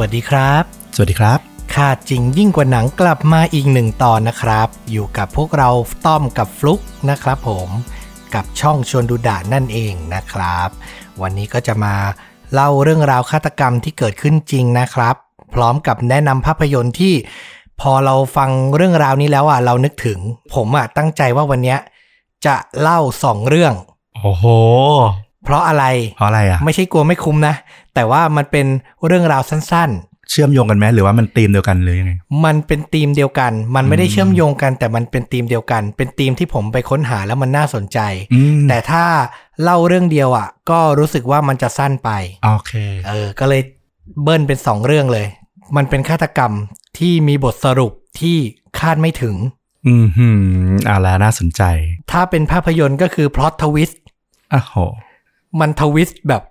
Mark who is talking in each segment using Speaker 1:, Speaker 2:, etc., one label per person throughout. Speaker 1: วัสดีครับ
Speaker 2: สวัสดีครับ
Speaker 1: ค่าจริงยิ่งกว่าหนังกลับมาอีกหนึ่งตอนนะครับ อยู่กับพวกเราต้อมกับฟลุกนะครับผมกับช่องชวนดูด่านนั่นเองนะครับ วันนี้ก็จะมาเล่าเรื่องราวฆาตกรรมที่เกิดขึ้นจริงนะครับ พร้อมกับแนะนำภาพยนตร์ที่ พอเราฟังเรื่องราวนี้แล้วอ่ะเรานึกถึง ผมอ่ะตั้งใจว่าวันเนี้ยจะเล่าสองเรื่อง
Speaker 2: โอ้โห
Speaker 1: เพราะอะไร
Speaker 2: เพราะอะไรอ่ะ
Speaker 1: ไม่ใช่กลัวไม่คุ้มนะ แต่ว่ามันเป็นเรื่องราวสั้น ๆ
Speaker 2: เชื่อมโยงกันไหมหรือว่ามันธีมเดียวกันหรือยังไง
Speaker 1: มันเป็นธีมเดียวกัน มันไม่ได้
Speaker 2: อืม
Speaker 1: เชื่อมโยงกัน แต่มันเป็นธีมเดียวกัน เป็นธีมที่ผมไปค้นหาแล้วมันน่าสนใจ
Speaker 2: อืม
Speaker 1: แต่ถ้าเล่าเรื่องเดียวอ่ะ ก็รู้สึกว่ามันจะสั้นไป
Speaker 2: โอเค
Speaker 1: เออ ก็เลยเบิ้ลเป็นสองเรื่องเลย มันเป็นฆาตกรรมที่มีบทสรุปที่คาดไม่ถึง
Speaker 2: อืมหืมเอ่าแล้วน่าสนใจ
Speaker 1: ถ้าเป็นภาพยนตร์ก็คือพล็อตทวิสต์
Speaker 2: อ้าวโห
Speaker 1: มันทวิสต์แบบ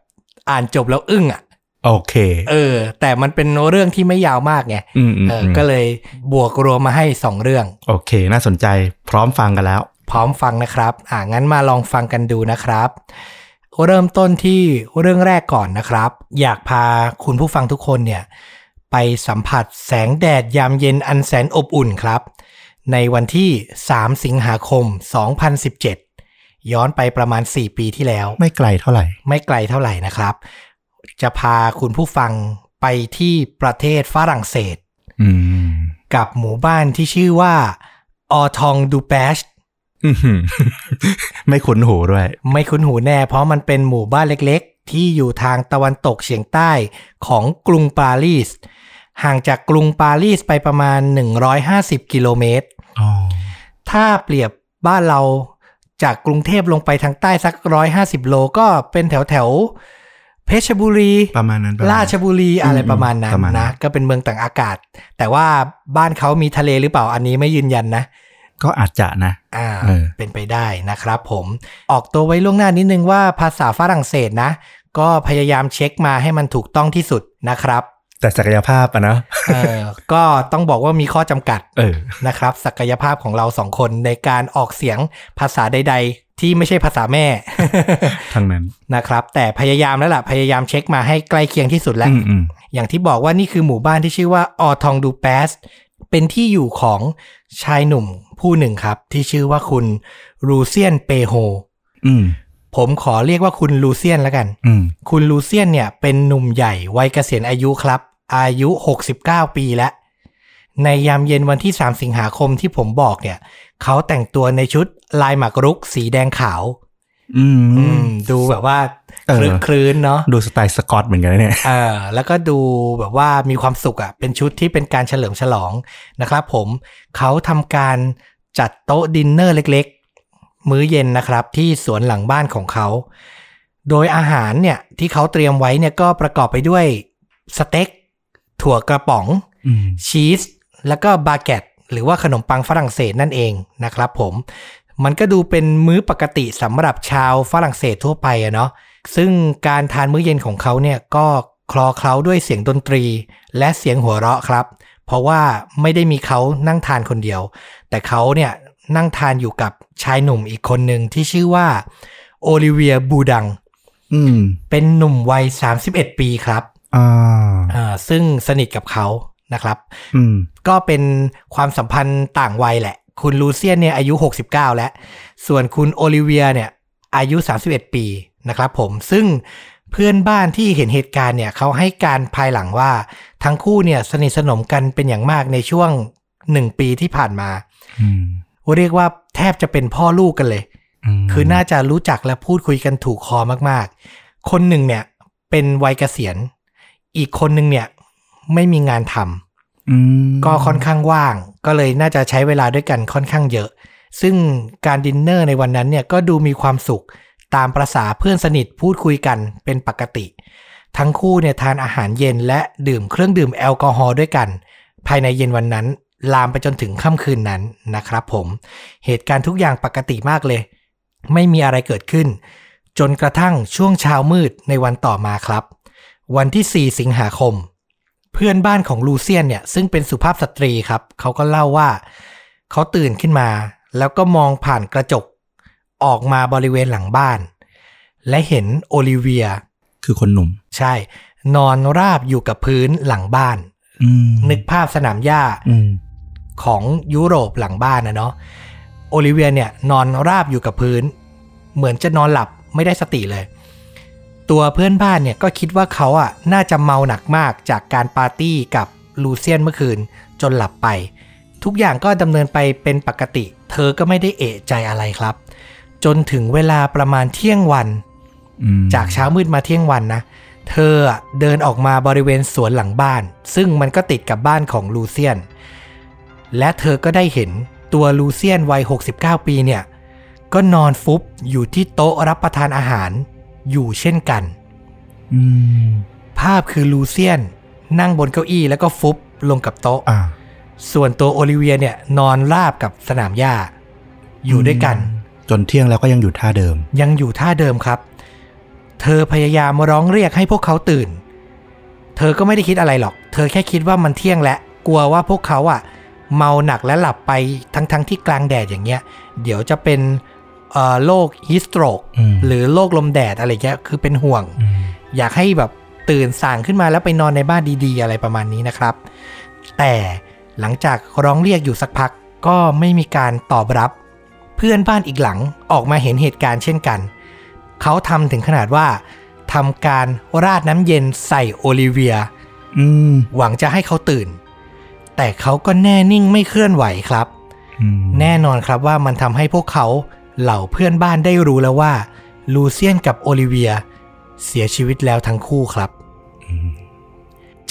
Speaker 1: อ่านจบแล้วอึ้งอ่ะ
Speaker 2: โอเค
Speaker 1: เออ แต่มันเป็นเรื่องที่ไม่ยาวมากไง
Speaker 2: อืมอืม
Speaker 1: เออ
Speaker 2: ม
Speaker 1: ก็เลยบวกรวมมาให้สองเรื่อง
Speaker 2: โอเค น่าสนใจ พร้อมฟังกันแล้ว
Speaker 1: พร้อมฟังนะครับ อ่างั้นมาลองฟังกันดูนะครับ เริ่มต้นที่เรื่องแรกก่อนนะครับ อยากพาคุณผู้ฟังทุกคนเนี่ย ไปสัมผัสแสงแดดยามเย็นอันแสนอบอุ่นครับ ในวันที่ 3 สิงหาคม 2017 ย้อนไปประมาณ 4 ปีที่แล้ว
Speaker 2: ไม่ไกลเท่าไหร่
Speaker 1: ไม่ไกลเท่าไหร่นะครับ จะพาคุณผู้ฟังไปที่ประเทศฝรั่งเศส
Speaker 2: อืม
Speaker 1: กับหมู่บ้านที่ชื่อว่าออทองดูแปช
Speaker 2: อืมหืม ไม่คุ้นหูด้วย
Speaker 1: ไม่คุ้นหูแน่เพราะมันเป็นหมู่บ้านเล็กๆ ที่อยู่ทางตะวันตกเฉียงใต้ของกรุงปารีส ห่างจากกรุงปารีสไปประมาณ 150 กิโลเมตร
Speaker 2: อ๋อ
Speaker 1: ถ้าเปรียบบ้านเราจากกรุงเทพลงไปทางใต้สัก 150 โลก็เป็นแถวแถวๆเพชรบุรี
Speaker 2: ประมาณนั้นปะมณ
Speaker 1: ราชบุรี
Speaker 2: อืม
Speaker 1: อะไรประมาณนั้น
Speaker 2: ประมาณนั้
Speaker 1: นะ
Speaker 2: น
Speaker 1: ก็เป็นเมืองต่างอากาศ แต่ว่าบ้านเขามีทะเลหรือเปล่าอันนี้ไม่ยืนยันนะ
Speaker 2: ก็อาจจะนะ
Speaker 1: อ่า
Speaker 2: เออ
Speaker 1: เป็นไปได้นะครับผมออกตัวไว้ล่วงหน้านิดนึงว่าภาษาฝรั่งเศสนะ ก็พยายามเช็คมาให้มันถูกต้องที่สุดนะครับ
Speaker 2: แต่ศักยภาพอะนะ
Speaker 1: เอ อ ก็ต้องบอกว่ามีข้อจำกัด
Speaker 2: เออ
Speaker 1: นะครับ ศักยภาพของเราสองคนในการออกเสียงภาษาใด ๆ ที่ไม่ใช่ภาษาแม่
Speaker 2: ทางนั้น
Speaker 1: นะครับ แต่พยายามแล้วล่ะพยายามเช็คมาให้ใกล้เคียงที่สุดแล้ว
Speaker 2: อืมอืม
Speaker 1: อย่างที่บอกว่านี่คือหมู่บ้านที่ชื่อว่าออทองดูแปส เป็นที่อยู่ของชายหนุ่มผู้หนึ่งครับ ที่ชื่อว่าคุณรูเซียนเปโฮ
Speaker 2: อืม
Speaker 1: ผมขอเรียกว่าคุณลูเซียนแล้วกัน
Speaker 2: อืม
Speaker 1: คุณลูเซียนเนี่ยเป็นหนุ่มใหญ่วัยเกษียณอายุครับ อายุ 69 ปีแล้ว ในยามเย็นวันที่ 3 สิงหาคมที่ผมบอกเนี่ย เขาแต่งตัวในชุดลายหมากรุกสีแดงขาว
Speaker 2: อืม
Speaker 1: อืม ดูแบบว่า
Speaker 2: เอ
Speaker 1: ค
Speaker 2: อ
Speaker 1: ลึกคลื้นเนาะ
Speaker 2: ดูสไตล์สกอตเหมือนกันนะเนี่ย
Speaker 1: เออแล้วก็ดูแบบว่ามีความสุขอะ่ะ เป็นชุดที่เป็นการเฉลิมฉลองนะครับผม เขาทำการจัดโต๊ะดินเนอร์เล็กๆ มื้อเย็นนะครับที่สวนหลังบ้านของเขา โดยอาหารเนี่ยที่เขาเตรียมไว้เนี่ยก็ประกอบไปด้วยสเต็ก ถั่วกระป๋อง
Speaker 2: อืม
Speaker 1: ชีส แล้วก็บาเกตหรือว่าขนมปังฝรั่งเศสนั่นเองนะครับผม มันก็ดูเป็นมื้อปกติสำหรับชาวฝรั่งเศสทั่วไปอะเนาะซึ่งการทานมื้อเย็นของเขาเนี่ยก็คลอเคล้าด้วยเสียงดนตรี และเสียงหัวเราะครับ เพราะว่าไม่ได้มีเขานั่งทานคนเดียว แต่เขาเนี่ยนั่งทานอยู่กับชายหนุ่มอีกคนหนึ่งที่ชื่อว่าโอลิเวียบูดัง
Speaker 2: อืม
Speaker 1: เป็นหนุ่มวัย 31 ปีครับ
Speaker 2: อ่า
Speaker 1: อ่าซึ่งสนิทกับเขานะครับ
Speaker 2: อืม
Speaker 1: ก็เป็นความสัมพันธ์ต่างวัยแหละ คุณลูเซียนเนี่ยอายุ 69 แล้ว ส่วนคุณโอลิเวียเนี่ยอายุ 31 ปีนะครับผม ซึ่งเพื่อนบ้านที่เห็นเหตุการณ์เนี่ยเขาให้การภายหลังว่า ทั้งคู่เนี่ยสนิทสนมกันเป็นอย่างมากในช่วง 1 ปีที่ผ่านมา
Speaker 2: อืม
Speaker 1: เรียกว่าแทบจะเป็นพ่อลูกกันเลย
Speaker 2: ม
Speaker 1: คือน่าจะรู้จักและพูดคุยกันถูกคอมากๆ คนหนึ่งเนี่ยเป็นวัยเกษียณ อีกคนหนึ่งเนี่ยไม่มีงานทำ
Speaker 2: อืม
Speaker 1: ก็ค่อนข้างว่าง ก็เลยน่าจะใช้เวลาด้วยกันค่อนข้างเยอะ ซึ่งการดินเนอร์ในวันนั้นเนี่ยก็ดูมีความสุข ตามประษาเพื่อนสนิทพูดคุยกันเป็นปกติ ทั้งคู่เนี่ยทานอาหารเย็นและดื่มเครื่องดื่มแอลกอฮอล์ด้วยกัน ภายในเย็นวันนั้น ลามไปจนถึงค่ำคืนนั้นนะครับผม เหตุการณ์ทุกอย่างปกติมากเลย ไม่มีอะไรเกิดขึ้น จนกระทั่งช่วงเช้ามืดในวันต่อมาครับ วันที่ 4 สิงหาคม เพื่อนบ้านของลูเซียนเนี่ยซึ่งเป็นสุภาพสตรีครับ เขาก็เล่าว่า เขาตื่นขึ้นมา แล้วก็มองผ่านกระจก ออกมาบริเวณหลังบ้าน และเห็นโอลิเวีย
Speaker 2: คือคนหนุ่ม
Speaker 1: ใช่ นอนราบอยู่กับพื้นหลังบ้าน
Speaker 2: อืม
Speaker 1: นึกภาพสนามหญ้า
Speaker 2: อืม
Speaker 1: ของยุโรปหลังบ้านนะเนาะโอลิเวียเนี่ยนอนราบอยู่กับพื้น เหมือนจะนอนหลับไม่ได้สติเลย ตัวเพื่อนบ้านเนี่ยก็คิดว่าเขาอ่ะน่าจะเมาหนักมากจากการปาร์ตี้กับลูเซียนเมื่อคืนจนหลับไป ทุกอย่างก็ดำเนินไปเป็นปกติ เธอก็ไม่ได้เอะใจอะไรครับ จนถึงเวลาประมาณเที่ยงวัน
Speaker 2: อืม
Speaker 1: จากเช้ามืดมาเที่ยงวันนะ เธออะเดินออกมาบริเวณสวนหลังบ้าน ซึ่งมันก็ติดกับบ้านของลูเซียน และเธอก็ได้เห็นตัวลูเซียนวัย 69 ปีเนี่ย ก็นอนฟุบอยู่ที่โต๊ะรับประทานอาหารอยู่เช่นกัน
Speaker 2: อืม
Speaker 1: ภาพคือลูเซียน นั่งบนเก้าอี้แล้วก็ฟุบลงกับโต๊ะ
Speaker 2: อ่า
Speaker 1: ส่วนตัวโอลิเวียเนี่ยนอนราบกับสนามหญ้า อยู่ด้วยกัน
Speaker 2: จนเที่ยงแล้วก็ยังอยู่ท่าเดิม
Speaker 1: ยังอยู่ท่าเดิมครับ เธอพยายามร้องเรียกให้พวกเขาตื่น เธอก็ไม่ได้คิดอะไรหรอก เธอแค่คิดว่ามันเที่ยงและ กลัวว่าพวกเขาอะเมาหนักและหลับไปทั้งๆทที่กลางแดดอย่างเงี้ย เดี๋ยวจะเป็นเอ่อโรคฮิสโตรก
Speaker 2: อืม
Speaker 1: หรือโรคลมแดดอะไรเงี้ย คือเป็นห่วง อยากให้แบบตื่นสั่งขึ้นมาแล้วไปนอนในบ้านดีๆ อะไรประมาณนี้นะครับ แต่หลังจากร้องเรียกอยู่สักพักก็ไม่มีการตอบรับ เพื่อนบ้านอีกหลังออกมาเห็นเหตุการณ์เช่นกัน เขาทำถึงขนาดว่าทำการราดน้ำเย็นใส่โอลิเวีย
Speaker 2: อืม
Speaker 1: หวังจะให้เขาตื่น แต่เขาก็แน่นิ่งไม่เคลื่อนไหวครับ
Speaker 2: อืม
Speaker 1: แน่นอนครับว่ามันทำให้พวกเขาเหล่าเพื่อนบ้านได้รู้แล้วว่าลูเซียนกับโอลิเวีย เสียชีวิตแล้วทั้งคู่ครับ
Speaker 2: อืม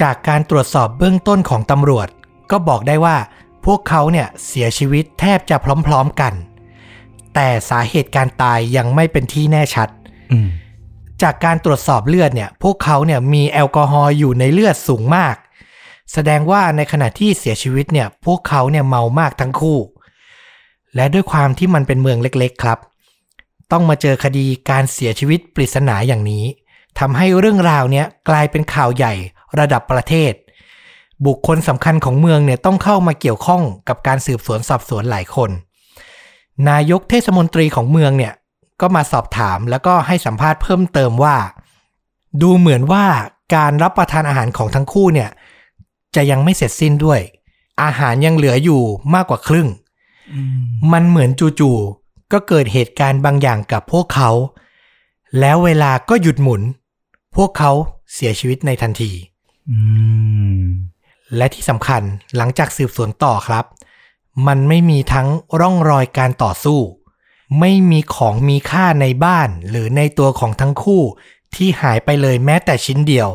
Speaker 1: จากการตรวจสอบเบื้องต้นของตำรวจ ก็บอกได้ว่าพวกเขาเนี่ยเสียชีวิตแทบจะพร้อมๆกัน แต่สาเหตุการตายยังไม่เป็นที่แน่ชัด
Speaker 2: อืม
Speaker 1: จากการตรวจสอบเลือดเนี่ย พวกเขาเนี่ยมีแอลกอฮอล์อยู่ในเลือดสูงมาก แสดงว่าในขณะที่เสียชีวิตเนี่ย พวกเขาเนี่ยเมามากทั้งคู่ และด้วยความที่มันเป็นเมืองเล็กๆครับ ต้องมาเจอคดีการเสียชีวิตปริศนาอย่างนี้ทำให้เรื่องราวเนี่ยกลายเป็นข่าวใหญ่ระดับประเทศ บุคคลสำคัญของเมืองเนี่ยต้องเข้ามาเกี่ยวข้องกับการสืบสวนสอบสวนหลายคน นายกเทศมนตรีของเมืองเนี่ย ก็มาสอบถามแล้วก็ให้สัมภาษณ์เพิ่มเติมว่า ดูเหมือนว่าการรับประทานอาหารของทั้งคู่เนี่ย จะยังไม่เสร็จสิ้นด้วย อาหารยังเหลืออยู่มากกว่าครึ่ง
Speaker 2: อืม
Speaker 1: มันเหมือนจู่ๆก็เกิดเหตุการณ์บางอย่างกับพวกเขา แล้วเวลาก็หยุดหมุน พวกเขาเสียชีวิตในทันที
Speaker 2: อืม
Speaker 1: และที่สำคัญหลังจากสืบสวนต่อครับ มันไม่มีทั้งร่องรอยการต่อสู้ ไม่มีของมีค่าในบ้านหรือในตัวของทั้งคู่ ที่หายไปเลยแม้แต่ชิ้นเดียว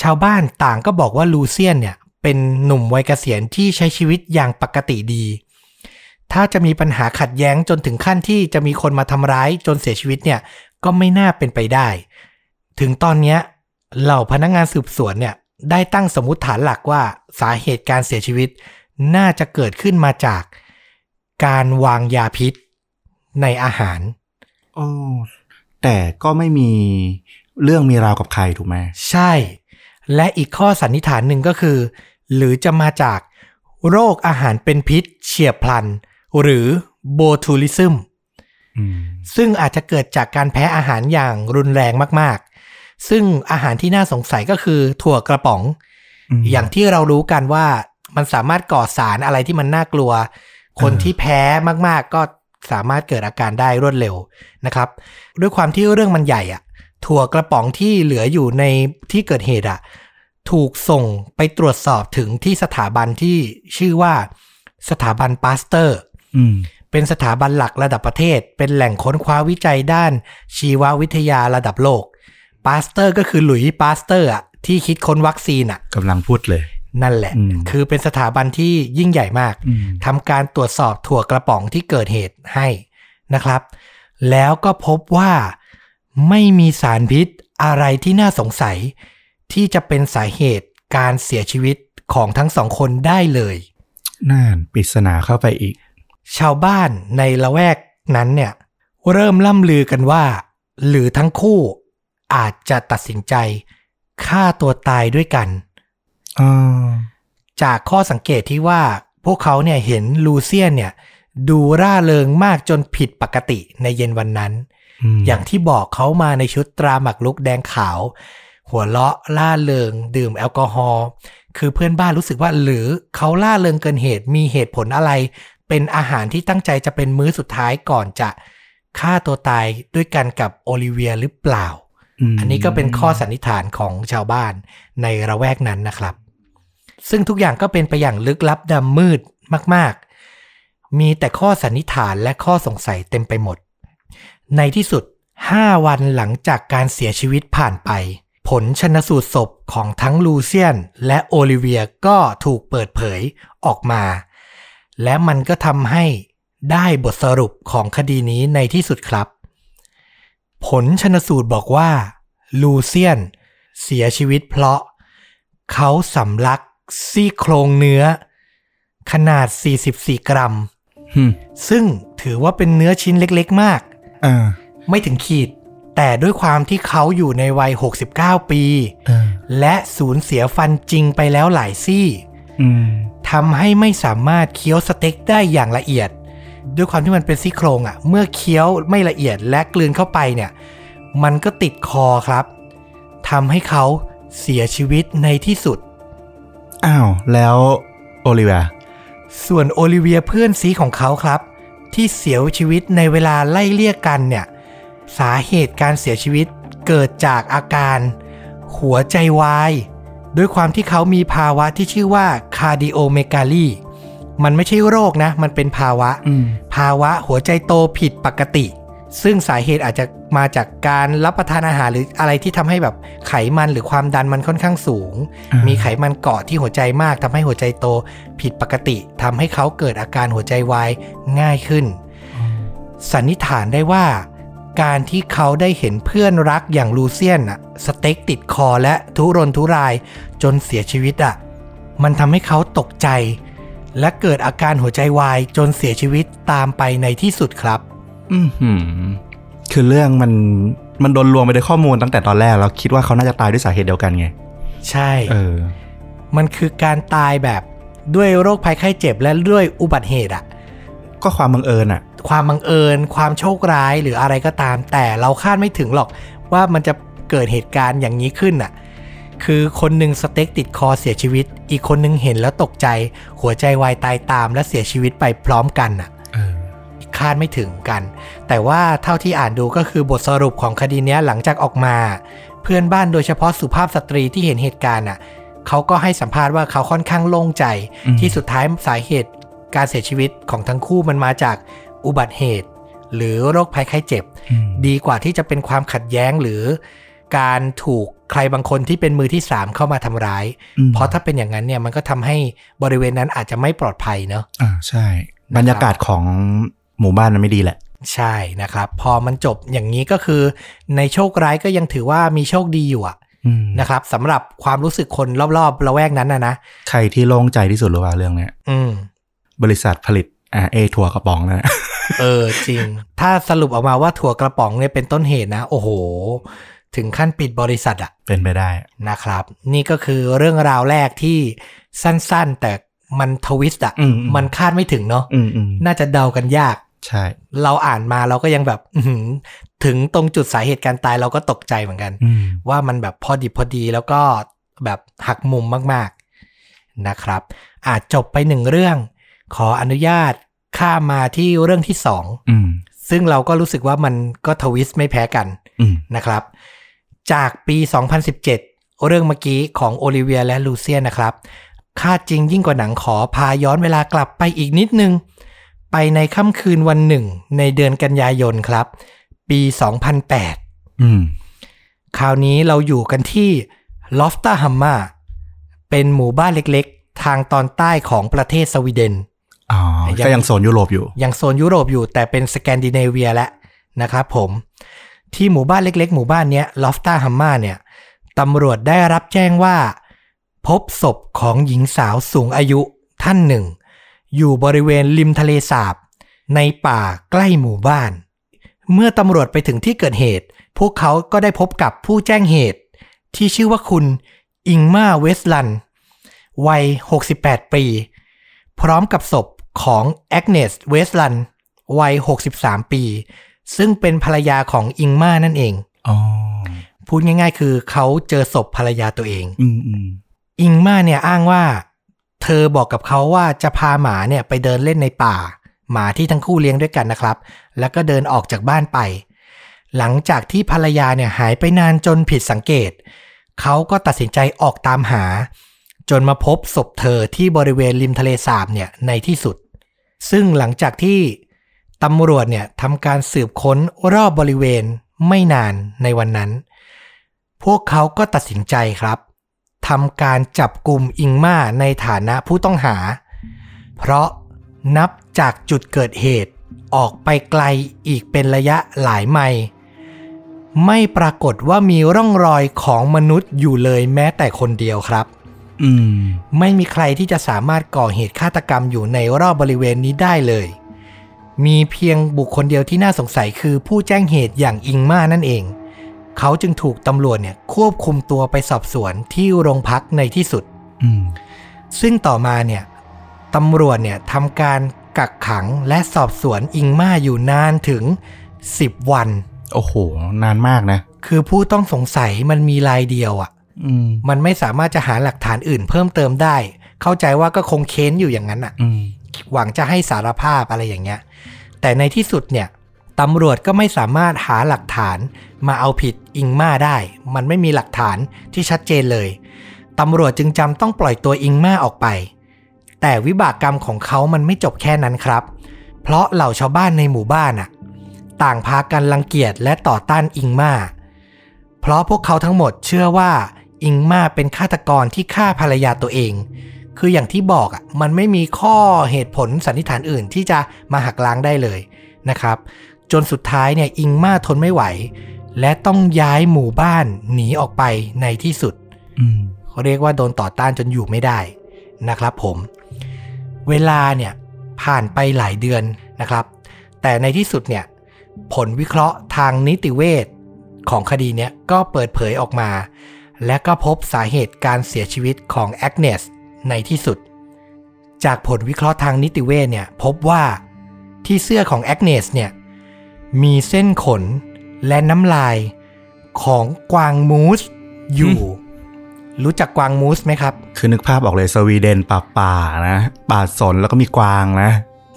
Speaker 1: ชาวบ้านต่างก็บอกว่าลูเซียนเนี่ยเป็นหนุ่มวัยเกษียณที่ใช้ชีวิตอย่างปกติดี ถ้าจะมีปัญหาขัดแย้งจนถึงขั้นที่จะมีคนมาทำร้ายจนเสียชีวิตเนี่ยก็ไม่น่าเป็นไปได้ ถึงตอนเนี้ยเหล่าพนักงานสืบสวนเนี่ยได้ตั้งสมมติฐานหลักว่าสาเหตุการเสียชีวิต น่าจะเกิดขึ้นมาจาก การวางยาพิษในอาหาร
Speaker 2: โอ้แต่ก็ไม่มีเรื่องมีราวกับใครถูกไหม
Speaker 1: ใช่ และอีกข้อสันนิษฐานหนึ่งก็คือ หรือจะมาจาก โรคอาหารเป็นพิษ เฉียบพลัน หรือโบทูลิซึม
Speaker 2: อืม
Speaker 1: ซึ่งอาจจะเกิดจากการแพ้อาหารอย่างรุนแรงมากๆ ซึ่งอาหารที่น่าสงสัยก็คือถั่วกระป๋อง
Speaker 2: ม
Speaker 1: อย่างที่เรารู้กันว่ามันสามารถก่อสารอะไรที่มันน่ากลัว คนที่แพ้มากๆ ก็สามารถเกิดอาการได้รวดเร็วนะครับ ด้วยความที่เรื่องมันใหญ่อะถั่วกระป๋องที่เหลืออยู่ในที่เกิดเหตุอะถูกส่งไปตรวจสอบถึงที่สถาบันที่ชื่อว่าสถาบันปาสเตอร์
Speaker 2: อืม
Speaker 1: เป็นสถาบันหลักระดับประเทศ เป็นแหล่งค้นคว้าวิจัยด้านชีววิทยาระดับโลก ปาสเตอร์ก็คือหลุยส์ปาสเตอร์อะที่คิดค้นวัคซีนอะ
Speaker 2: กำลังพูดเลย
Speaker 1: นั่นแหละ
Speaker 2: อืม
Speaker 1: คือเป็นสถาบันที่ยิ่งใหญ่มาก
Speaker 2: อืม
Speaker 1: ทำการตรวจสอบถั่วกระป๋องที่เกิดเหตุให้นะครับ แล้วก็พบว่าไม่มีสารพิษอะไรที่น่าสงสัย ที่จะเป็นสาเหตุการเสียชีวิตของทั้งสองคนได้เลย
Speaker 2: น่านปริศนาเข้าไปอีก
Speaker 1: ชาวบ้านในละแวกนั้นเนี่ย เริ่มล่ำลือกันว่า หรือทั้งคู่อาจจะตัดสินใจฆ่าตัวตายด้วยกัน
Speaker 2: อ่า
Speaker 1: จากข้อสังเกตที่ว่าพวกเขาเนี่ยเห็นลูเซียนเนี่ยดูร่าเริงมากจนผิดปกติในเย็นวันนั้น
Speaker 2: ม
Speaker 1: อย่างที่บอกเขามาในชุดตราหมักลุกแดงขาว หัวเราะล่าเริง ดื่มแอลกอฮอล์คือเพื่อนบ้านรู้สึกว่าหรือเขาล่าเริงเกินเหตุมีเหตุผลอะไร เป็นอาหารที่ตั้งใจจะเป็นมื้อสุดท้ายก่อนจะฆ่าตัวตายด้วยกันกับโอลิเวียหรือเปล่า
Speaker 2: ม
Speaker 1: อันนี้ก็เป็นข้อสันนิษฐานของชาวบ้านในระแวกนั้นนะครับ ซึ่งทุกอย่างก็เป็นไปอย่างลึกลับดำมืดมาก ๆ มีแต่ข้อสันนิษฐานและข้อสงสัยเต็มไปหมด ในที่สุด 5 วันหลังจากการเสียชีวิตผ่านไป ผลชนสูตรศพของทั้งลูเซียน และโอลิเวียก็ถูกเปิดเผยออกมา และมันก็ทำให้ได้บทสรุปของคดีนี้ในที่สุดครับ ผลชนสูตรบอกว่า ลูเซียน เสียชีวิตเพราะ เขาสำลักซี่โครงเนื้อ ขนาด 44 กรัม
Speaker 2: อืม
Speaker 1: ซึ่งถือว่าเป็นเนื้อชิ้นเล็กๆมาก
Speaker 2: อ่า
Speaker 1: ไม่ถึงขีด แต่ด้วยความที่เขาอยู่ในวัย 69 ปี
Speaker 2: เออ
Speaker 1: และสูญเสียฟันจริงไปแล้วหลายซี่
Speaker 2: อืม
Speaker 1: ทำให้ไม่สามารถเคี้ยวสเต็กได้อย่างละเอียด ด้วยความที่มันเป็นซี่โครงอะ่ะ เมื่อเคี้ยวไม่ละเอียดและกลืนเข้าไปเนี่ย มันก็ติดคอครับทำให้เขาเสียชีวิตในที่สุด
Speaker 2: อ้าว แล้วโอลิเวีย
Speaker 1: ส่วนโอลิเวียเพื่อนซีของเขาครับ ที่เสียชีวิตในเวลาไล่เลี่ยกันเนี่ย สาเหตุการเสียชีวิตเกิดจากอาการ หัวใจวาย ด้วยความที่เขามีภาวะที่ชื่อว่าคาร์ดิโอเมกาลีมันไม่ใช่โรคนะ มันเป็นภาวะ
Speaker 2: อืม
Speaker 1: ภาวะหัวใจโตผิดปกติ ซึ่งสาเหตุอาจจะมาจากการรับประทานอาหารหรืออะไรที่ทำให้แบบไขมันหรือความดันมันค่อนข้างสูง
Speaker 2: อ่ามี
Speaker 1: มีไขมันเกาะที่หัวใจมากทำให้หัวใจโตผิดปกติทำให้เขาเกิดอาการหัวใจวายง่ายขึ้น สันนิษฐานได้ว่า การที่เขาได้เห็นเพื่อนรักอย่างลูเซียนอะสเต็กติดคอและทุรนทุรายจนเสียชีวิตอะมันทำให้เขาตกใจ และเกิดอาการหัวใจวายจนเสียชีวิตตามไปในที่สุดครับ
Speaker 2: อืมหืมคือเรื่องมันมันโดนรวมไปในข้อมูลตั้งแต่ตอนแรกเราคิดว่าเขาน่าจะตายด้วยสาเหตุเดียวกันไง
Speaker 1: ใช่
Speaker 2: เออ
Speaker 1: มันคือการตายแบบด้วยโรคภัยไข้เจ็บและด้วยอุบัติเหตุอะ
Speaker 2: ก็ความบังเอิญอ่ะ
Speaker 1: ความบังเอิญ ความโชคร้ายหรืออะไรก็ตาม แต่เราคาดไม่ถึงหรอกว่ามันจะเกิดเหตุการณ์อย่างนี้ขึ้นอะคือคนหนึ่งสเต็กติดคอเสียชีวิต อีกคนหนึ่งเห็นแล้วตกใจ หัวใจวายตายตามและเสียชีวิตไปพร้อมกันอะ
Speaker 2: เออ
Speaker 1: คาดไม่ถึงกัน แต่ว่าเท่าที่อ่านดูก็คือบทสรุปของคดีเนี้ยหลังจากออกมา เพื่อนบ้านโดยเฉพาะสุภาพสตรีที่เห็นเหตุการณ์อ่ะเขาก็ให้สัมภาษณ์ว่าเขาค่อนข้างโล่งใจ
Speaker 2: อืม
Speaker 1: ที่สุดท้ายสาเหตุการเสียชีวิตของทั้งคู่มันมาจากอุบัติเหตุ หรือโรคภัยไข้เจ็บ
Speaker 2: อืม
Speaker 1: ดีกว่าที่จะเป็นความขัดแย้งหรือ การถูกใครบางคนที่เป็นมือที่สามเข้ามาทำร้าย
Speaker 2: อืม
Speaker 1: เพราะถ้าเป็นอย่างนั้นเนี่ยมันก็ทำให้บริเวณนั้นอาจจะไม่ปลอดภัยเนาะ
Speaker 2: อ่าใช่ บรรยากาศของหมู่บ้านนั้นไม่ดีแหละ
Speaker 1: ใช่นะครับ พอมันจบอย่างนี้ก็คือ ในโชคร้ายก็ยังถือว่ามีโชคดีอยู่อะ
Speaker 2: อืม
Speaker 1: นะครับสำหรับความรู้สึกคนรอบๆ ละแวกนั้นนะนะ
Speaker 2: ใครที่โล่งใจที่สุดรู้ว่าเรื่องเนี้ย
Speaker 1: อืม บ
Speaker 2: บริษัทผลิตอ่าเอทัวร์กระป๋องนั่นแหละ
Speaker 1: เออ จริง ถ้าสรุปออกมาว่าถั่วกระป๋องเนี่ยเป็นต้นเหตุนะ โอ้โห ถึงขั้นปิดบริษัทอะ
Speaker 2: เป็นไปได้
Speaker 1: นะครับ นี่ก็คือเรื่องราวแรกที่สั้นๆ แต่มันทวิสต์อะ
Speaker 2: อืมอืม
Speaker 1: มันคาดไม่ถึงเนาะ
Speaker 2: อืมอืม
Speaker 1: น่าจะเดากันยาก
Speaker 2: ใช่
Speaker 1: เราอ่านมาเราก็ยังแบบอื้อหือถึงตรงจุดสาเหตุการตายเราก็ตกใจเหมือนกัน
Speaker 2: อืม
Speaker 1: ว่ามันแบบพอดีพอดีแล้วก็แบบหักมุมมากๆนะครับ อาจจบไปหนึ่งเรื่อง ขออนุญาตข้ามมาที่เรื่องที่สอง
Speaker 2: อืม
Speaker 1: ซึ่งเราก็รู้สึกว่ามันก็ทวิสต์ไม่แพ้กัน
Speaker 2: อืม
Speaker 1: นะครับ จากปี 2017 เรื่องเมื่อกี้ของโอลิเวียและลูเซียนนะครับ คาดจริงยิ่งกว่าหนังขอพาย้อนเวลากลับไปอีกนิดนึง ไปในค่ำคืนวันหนึ่ง ในเดือนกันยายนครับ ปี 2008
Speaker 2: อืม
Speaker 1: คราวนี้เราอยู่กันที่ลอฟตาฮัมมาเป็นหมู่บ้านเล็กๆ ทางตอนใต้ของประเทศสวีเดน
Speaker 2: อ๋อก็ยังโซนยุโรปอยู่
Speaker 1: ยังโซนยุโรปอยู่แต่เป็นสแกนดิเนเวียแล้วนะครับผม ที่หมู่บ้านเล็กๆ หมู่บ้านเนี้ยลอฟตาฮัมมาเนี่ยตำรวจได้รับแจ้งว่า พบศพของหญิงสาวสูงอายุท่านหนึ่ง อยู่บริเวณริมทะเลสาบ ในป่าใกล้หมู่บ้าน เมื่อตำรวจไปถึงที่เกิดเหตุ พวกเขาก็ได้พบกับผู้แจ้งเหตุ ที่ชื่อว่าคุณอิงมาเวสลัน วัย 68 ปี พร้อมกับศพของแอกเนสเวสลัน วัย 63 ปี ซึ่งเป็นภรรยาของอิงมานั่นเอง
Speaker 2: อ๋อ
Speaker 1: พูดง่าย ๆ คือเขาเจอศพภรรยาตัวเอง
Speaker 2: อืมอืม
Speaker 1: อิงมาเนี่ยอ้างว่า เธอบอกกับเขาว่าจะพาหมาเนี่ยไปเดินเล่นในป่า หมาที่ทั้งคู่เลี้ยงด้วยกันนะครับ แล้วก็เดินออกจากบ้านไป หลังจากที่ภรรยาเนี่ยหายไปนานจนผิดสังเกต เขาก็ตัดสินใจออกตามหา จนมาพบศพเธอที่บริเวณริมทะเลสาบเนี่ยในที่สุด ซึ่งหลังจากที่ตำรวจเนี่ยทำการสืบค้นรอบบริเวณไม่นานในวันนั้น พวกเขาก็ตัดสินใจครับทำการจับกลุ่มอิงมาในฐานะผู้ต้องหา เพราะนับจากจุดเกิดเหตุออกไปไกลอีกเป็นระยะหลายไมล์ไม่ปรากฏว่ามีร่องรอยของมนุษย์อยู่เลยแม้แต่คนเดียวครับ
Speaker 2: อืม
Speaker 1: ไม่มีใครที่จะสามารถก่อเหตุฆาตกรรมอยู่ในรอบบริเวณนี้ได้เลย มีเพียงบุคคลเดียวที่น่าสงสัยคือผู้แจ้งเหตุอย่างอิงมานั่นเอง เขาจึงถูกตำรวจเนี่ยควบคุมตัวไปสอบสวนที่โรงพักในที่สุด
Speaker 2: อืม
Speaker 1: ซึ่งต่อมาเนี่ยตำรวจเนี่ยทำการกักขังและสอบสวนอิงมาอยู่นานถึง 10 วัน
Speaker 2: โอ้โห นานมากนะ
Speaker 1: คือผู้ต้องสงสัยมันมีรายเดียวอ่ะ
Speaker 2: อืม
Speaker 1: มันไม่สามารถจะหาหลักฐานอื่นเพิ่มเติมได้ เข้าใจว่าก็คงเค้นอยู่อย่างนั้นอ่ะ
Speaker 2: อืม
Speaker 1: หวังจะให้สารภาพอะไรอย่างเงี้ย แต่ในที่สุดเนี่ยตำรวจก็ไม่สามารถหาหลักฐานมาเอาผิดอิงมาได้ มันไม่มีหลักฐานที่ชัดเจนเลย ตำรวจจึงจำต้องปล่อยตัวอิงมาออกไป แต่วิบากกรรมของเขามันไม่จบแค่นั้นครับ เพราะเหล่าชาวบ้านในหมู่บ้านอะต่างพากันรังเกียจและต่อต้านอิงมา เพราะพวกเขาทั้งหมดเชื่อว่าอิงมาเป็นฆาตกรที่ฆ่าภรรยาตัวเอง คืออย่างที่บอกอ่ะมันไม่มีข้อเหตุผลสันนิษฐานอื่นที่จะมาหักล้างได้เลยนะครับ จนสุดท้ายเนี่ยอิงมาทนไม่ไหว และต้องย้ายหมู่บ้านหนีออกไปในที่สุด
Speaker 2: อืม
Speaker 1: เขาเรียกว่าโดนต่อต้านจนอยู่ไม่ได้นะครับผม เวลาเนี่ยผ่านไปหลายเดือนนะครับ แต่ในที่สุดเนี่ยผลวิเคราะห์ทางนิติเวชของคดีเนี่ยก็เปิดเผยออกมา และก็พบสาเหตุการเสียชีวิตของแอกเนสในที่สุด จากผลวิเคราะห์ทางนิติเวชเนี่ยพบว่าที่เสื้อของแอกเนสเนี่ยมีเส้นขนและน้ำลายของกวางมูสอยู่ รู้จักกวางมูสไหมครับ
Speaker 2: คือนึกภาพออกเลยสวีเดนป่าป่าๆนะป่าสนแล้วก็มีกวางนะ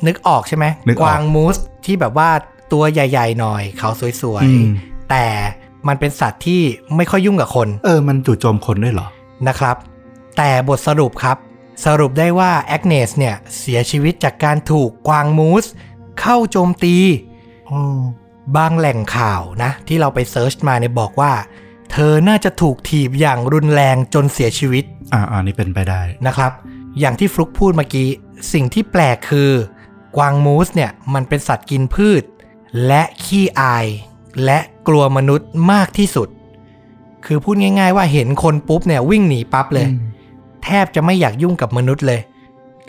Speaker 1: นึกออกใช่ไหม
Speaker 2: นึกออก
Speaker 1: กวางมูสที่แบบว่าตัวใหญ่ๆหน่อยเขาสวย
Speaker 2: อืม
Speaker 1: ๆ แต่มันเป็นสัตว์ที่ไม่ค่อยยุ่งกับคน
Speaker 2: เออ มันจู่โจมคนด้วยเหรอ
Speaker 1: นะครับ แต่บทสรุปครับ สรุปได้ว่าแอกเนสเนี่ย เสียชีวิตจากการถูกกวางมูสเข้าโจมตี
Speaker 2: อ๋อ
Speaker 1: บางแหล่งข่าวนะ ที่เราไปเซิร์ชมาเนี่ยบอกว่า เธอน่าจะถูกถีบอย่างรุนแรงจนเสียชีวิต
Speaker 2: อ่าอ่านี่เป็นไปได้
Speaker 1: นะครับ อย่างที่ฟลุกพูดเมื่อกี้ สิ่งที่แปลกคือกวางมูสเนี่ยมันเป็นสัตว์กินพืช และขี้อาย และกลัวมนุษย์มากที่สุด คือพูดง่ายๆว่าเห็นคนปุ๊บเนี่ยวิ่งหนีปั๊บเลย แทบจะไม่อยากยุ่งกับมนุษย์เลย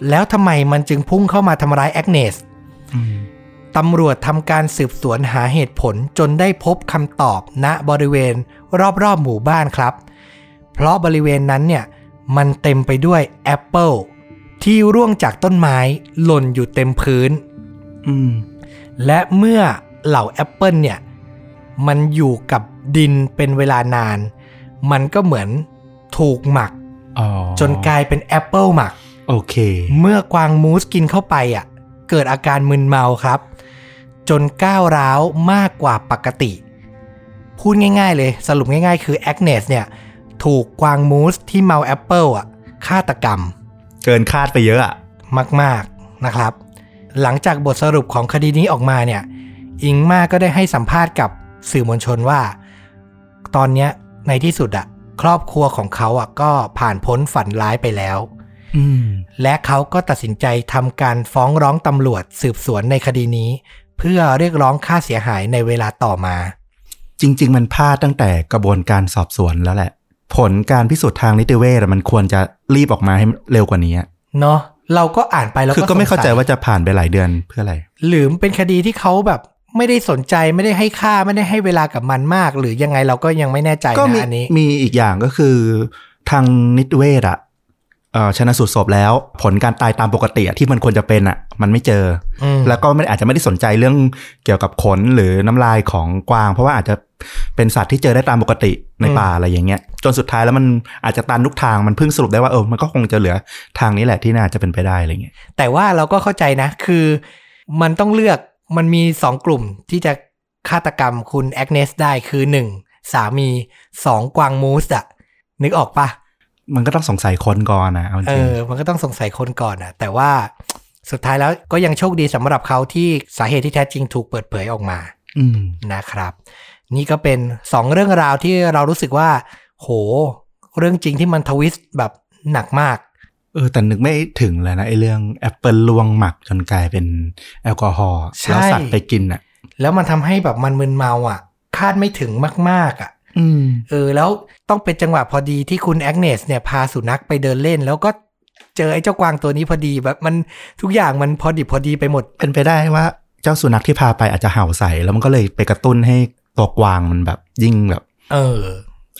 Speaker 1: แล้วทำไมมันจึงพุ่งเข้ามาทำร้ายแอกเนส
Speaker 2: อืม
Speaker 1: ตำรวจทำการสืบสวนหาเหตุผลจนได้พบคำตอบณบริเวณรอบๆหมู่บ้านครับ เพราะบริเวณนั้นเนี่ยมันเต็มไปด้วยแอปเปิลที่ร่วงจากต้นไม้หล่นอยู่เต็มพื้น
Speaker 2: อืม
Speaker 1: และเมื่อเหล่าแอปเปิลเนี่ยมันอยู่กับดินเป็นเวลานาน มันก็เหมือนถูกหมัก
Speaker 2: อ๋อ
Speaker 1: จนกลายเป็นแอปเปิลหมัก
Speaker 2: โอเค
Speaker 1: เมื่อกวางมูสกินเข้าไปอ่ะ เกิดอาการมึนเมาครับ จนก้าวร้าวมากกว่าปกติ พูดง่ายๆเลย สรุปง่ายๆ คือแอกเนสเนี่ย ถูกกวางมูสที่เมาแอปเปิลอ่ะฆาตกรรม
Speaker 2: เกินคาดไปเยอะอ่ะ
Speaker 1: มากๆนะครับ หลังจากบทสรุปของคดีนี้ออกมาเนี่ย อิงมาก็ได้ให้สัมภาษณ์กับสื่อมวลชนว่า ตอนเนี้ยในที่สุดอ่ะ ครอบครัวของเขาอ่ะก็ผ่านพ้นฝันร้ายไปแล้ว
Speaker 2: อืม
Speaker 1: และเขาก็ตัดสินใจทำการฟ้องร้องตำรวจสืบสวนในคดีนี้ เพื่อเรียกร้องค่าเสียหายในเวลาต่อมา
Speaker 2: จริง ๆ มันพลาดตั้งแต่กระบวนการสอบสวนแล้วแหละ ผลการพิสูจน์ทางนิติเวชอะมันควรจะรีบออกมาให้เร็วกว่านี้อะ
Speaker 1: เนาะเราก็อ่านไปแล้ว
Speaker 2: คือก็ไม่เข้าใจ
Speaker 1: สงสัย
Speaker 2: ว่าจะผ่านไปหลายเดือนเพื่ออะไร
Speaker 1: หรือเป็นคดีที่เขาแบบไม่ได้สนใจไม่ได้ให้ค่าไม่ได้ให้เวลากับมันมาก หรือยังไงเราก็ยังไม่แน่ใจ
Speaker 2: ก็
Speaker 1: นะ
Speaker 2: มี
Speaker 1: อันนี้
Speaker 2: มีอีกอย่างก็คือ ทางนิติเวชอะเอ่อชนะสูตรศพแล้ว ผลการตายตามปกติอะที่มันควรจะเป็นอะมันไม่เจออ
Speaker 1: ม
Speaker 2: แล้วก็ไม่อาจจะไม่ได้สนใจเรื่องเกี่ยวกับขนหรือน้ำลายของกวาง เพราะว่าอาจจะไป เป็นสัตว์ที่เจอได้ตามปกติในป่าอะไรอย่างเงี้ย จนสุดท้ายแล้วมันอาจจะตันทุกทางมันเพิ่งสรุปได้ว่าเออมันก็คงจะเหลือทางนี้แหละที่น่าจะเป็นไปได้อะไรเงี้ย
Speaker 1: แต่ว่าเราก็เข้าใจนะ คือมันต้องเลือกมันมีสองกลุ่มที่จะฆาตกรรมคุณแอคเนสได้คือหนึ่งสามีสองกวางมูสอะนึกออกปะ
Speaker 2: มันก็ต้องสงสัยคนก่อนนะเอาจ
Speaker 1: เอ
Speaker 2: ริง
Speaker 1: อ มันก็ต้องสงสัยคนก่อนอะแต่ว่าสุดท้ายแล้วก็ยังโชคดีสำหรับเขาที่สาเหตุที่แท้จริงถูกเปิดเผยออกมา
Speaker 2: อืม
Speaker 1: นะครับ นี่ก็เป็น 2 เรื่องราวที่เรารู้สึกว่า โห เรื่องจริงที่มันทวิสต์แบบหนักมาก
Speaker 2: เออแต่นึกไม่ถึงเลยนะไอ้เรื่องแอปเปิลลวงหมักจนกลายเป็นแอลกอฮอล์
Speaker 1: ใช่
Speaker 2: แล้วสัตว์ไปกินอ่ะ
Speaker 1: แล้วมันทำให้แบบมันมึนเมาอ่ะ คาดไม่ถึงมาก ๆ อ่ะ
Speaker 2: อืม
Speaker 1: เออ แล้วต้องเป็นจังหวะพอดีที่คุณแอกเนสเนี่ย พาสุนัขไปเดินเล่น แล้วก็เจอไอ้เจ้ากวางตัวนี้พอดีแบบมันทุกอย่างมันพอดิบพอดีไปหมด
Speaker 2: เป็นไปได้ว่าเจ้าสุนัขที่พาไปอาจจะเห่าใส่แล้วมันก็เลยไปกระตุ้นให้ตัวกวางมันแบบยิ่งแบบ
Speaker 1: เออ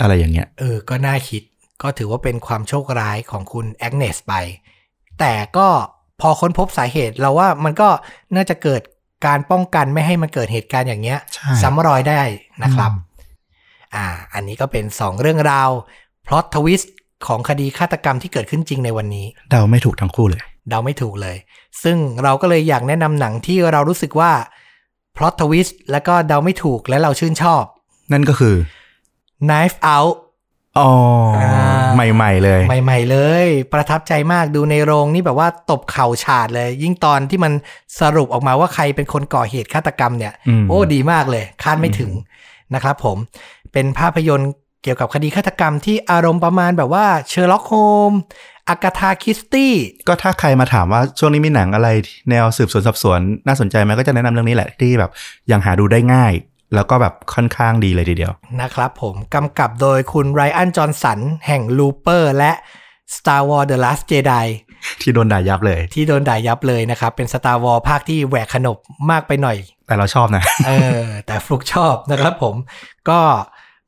Speaker 2: อะไรอย่างเงี้ย
Speaker 1: เออ ก็น่าคิด ก็ถือว่าเป็นความโชคร้ายของคุณแอกเนสไป แต่ก็พอค้นพบสาเหตุเราว่ามันก็น่าจะเกิดการป้องกันไม่ให้มันเกิดเหตุการณ์อย่างเงี้ย
Speaker 2: ใช่
Speaker 1: ซ้ำรอยได้นะครับ
Speaker 2: อืม
Speaker 1: อ่า อันนี้ก็เป็น 2 เรื่องราว พล็อตทวิสต์ของคดีฆาตกรรมที่เกิดขึ้นจริงในวันนี้
Speaker 2: เดาไม่ถูกทั้งคู่เลย
Speaker 1: เดาไม่ถูกเลย ซึ่งเราก็เลยอยากแนะนำหนังที่เรารู้สึกว่าพล็อตทวิสต์แล้วก็เดาไม่ถูกและเราชื่นชอบ
Speaker 2: นั่นก็คือ
Speaker 1: Knife Out
Speaker 2: อ๋ออา ใหม่ ๆ เลย
Speaker 1: ใหม่ ๆ เลย ประทับใจมากดูในโรงนี่แบบว่าตบเข่าฉาดเลย ยิ่งตอนที่มันสรุปออกมาว่าใครเป็นคนก่อเหตุฆาตกรรมเนี่ย
Speaker 2: อืม
Speaker 1: โอ้ดีมากเลย คาดไม่ถึงนะครับผม เป็นภาพยนตร์เกี่ยวกับคดีฆาตกรรมที่อารมณ์ประมาณแบบว่าเชอร์ล็อกโฮมอากาธาคิสตี้
Speaker 2: ก็ถ้าใครมาถามว่าช่วงนี้มีหนังอะไรแนวสืบสวนสอบสวนน่าสนใจไหมก็จะแนะนำเรื่องนี้แหละที่แบบยังหาดูได้ง่าย แล้วก็แบบค่อนข้างดีเลยทีเดียว
Speaker 1: นะครับผม กำกับโดยคุณไรอันจอห์นสันแห่งลูเปอร์และ Star Wars The Last Jedi
Speaker 2: ที่โดนด่ายับเลย
Speaker 1: ที่โดนด่ายับเลยนะครับ เป็น Star Wars ภาคที่แหวกขนบมากไปหน่อย
Speaker 2: แต่เราชอบนะ
Speaker 1: เออแต่ฟลุกชอบนะครับผม ก็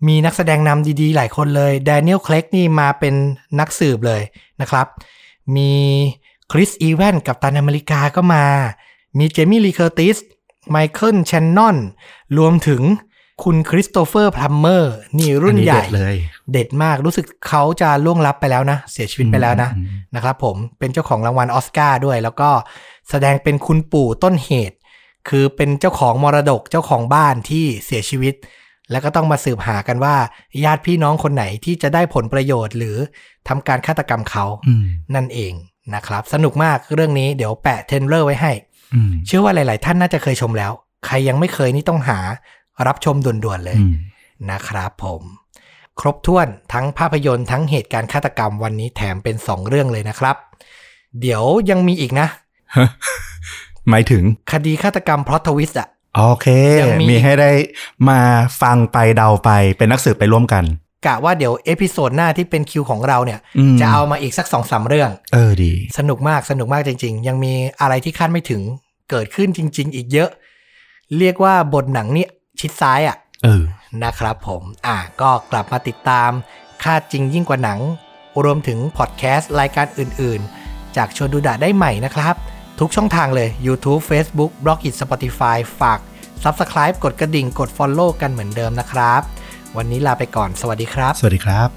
Speaker 1: มีนักแสดงนำดีๆ หลายคนเลยแดเนียลเคลกนี่มาเป็นนักสืบเลยนะครับ มีคริสอีแวนกับตันอเมริกาก็มา มีเจมี่ลีเคอร์ติสไมเคิลแชนนอน รวมถึงคุณคริสโตเฟอร์พลัมเมอร์ นี่รุ่นใหญ่
Speaker 2: อัเด็ดเลย
Speaker 1: เด็ดมากรู้สึกเขาจะล่วงลับไปแล้วนะ เสียชีวิตไปแล้วนะ
Speaker 2: อืม
Speaker 1: นะครับผมเป็นเจ้าของรางวัลออสการ์ด้วย แล้วก็แสดงเป็นคุณปู่ต้นเหตุ คือเป็นเจ้าของมรดกเจ้าของบ้านที่เสียชีวิต แล้วก็ต้องมาสืบหากันว่า ญาติพี่น้องคนไหนที่จะได้ผลประโยชน์ หรือทำการฆาตกรรมเขา
Speaker 2: อืม
Speaker 1: นั่นเองนะครับ สนุกมากเรื่องนี้เดี๋ยวแปะเทรนเลอร์ไว้ให้
Speaker 2: อืม
Speaker 1: เชื่อว่าหลาย ๆ ท่านน่าจะเคยชมแล้ว ใครยังไม่เคยนี่ต้องหารับชมด่วน ๆ เลย
Speaker 2: อืม
Speaker 1: นะครับผม ครบถ้วนทั้งภาพยนตร์ทั้งเหตุการณ์ฆาตกรรมวันนี้แถมเป็น 2 เรื่องเลยนะครับ เดี๋ยวยังมีอีกนะ
Speaker 2: หมายถึง
Speaker 1: คดีฆาตกรรมพล็อตทวิสอะ
Speaker 2: โอเค
Speaker 1: ยังมี
Speaker 2: มีให้ได้มาฟังไปเดาไปเป็นนักสืบไปร่วมกัน
Speaker 1: กะว่าเดี๋ยวเอพิโซดหน้าที่เป็นคิวของเราเนี่ย
Speaker 2: ม
Speaker 1: จะเอามาอีกสักสองสามเรื่อง
Speaker 2: เออดี
Speaker 1: สนุกมากสนุกมากจริง ๆ ยังมีอะไรที่คาดไม่ถึงเกิดขึ้นจริง ๆ อีกเยอะ เรียกว่าบทหนังนี่ชิดซ้ายอ่ะ
Speaker 2: เออ
Speaker 1: นะครับผมอ่ะก็กลับมาติดตาม ค่าจริงยิ่งกว่าหนัง รวมถึงพอดแคสต์รายการอื่นๆ จากชวนดูดะได้ใหม่นะครับ ทุกช่องทางเลย YouTube Facebook b l o g i t Spotify ฝาก Subscribe กดกระดิ่งกด Follow กันเหมือนเดิมนะครับ วันนี้ลาไปก่อนสวัสดีครับ
Speaker 2: สวัสดีครับ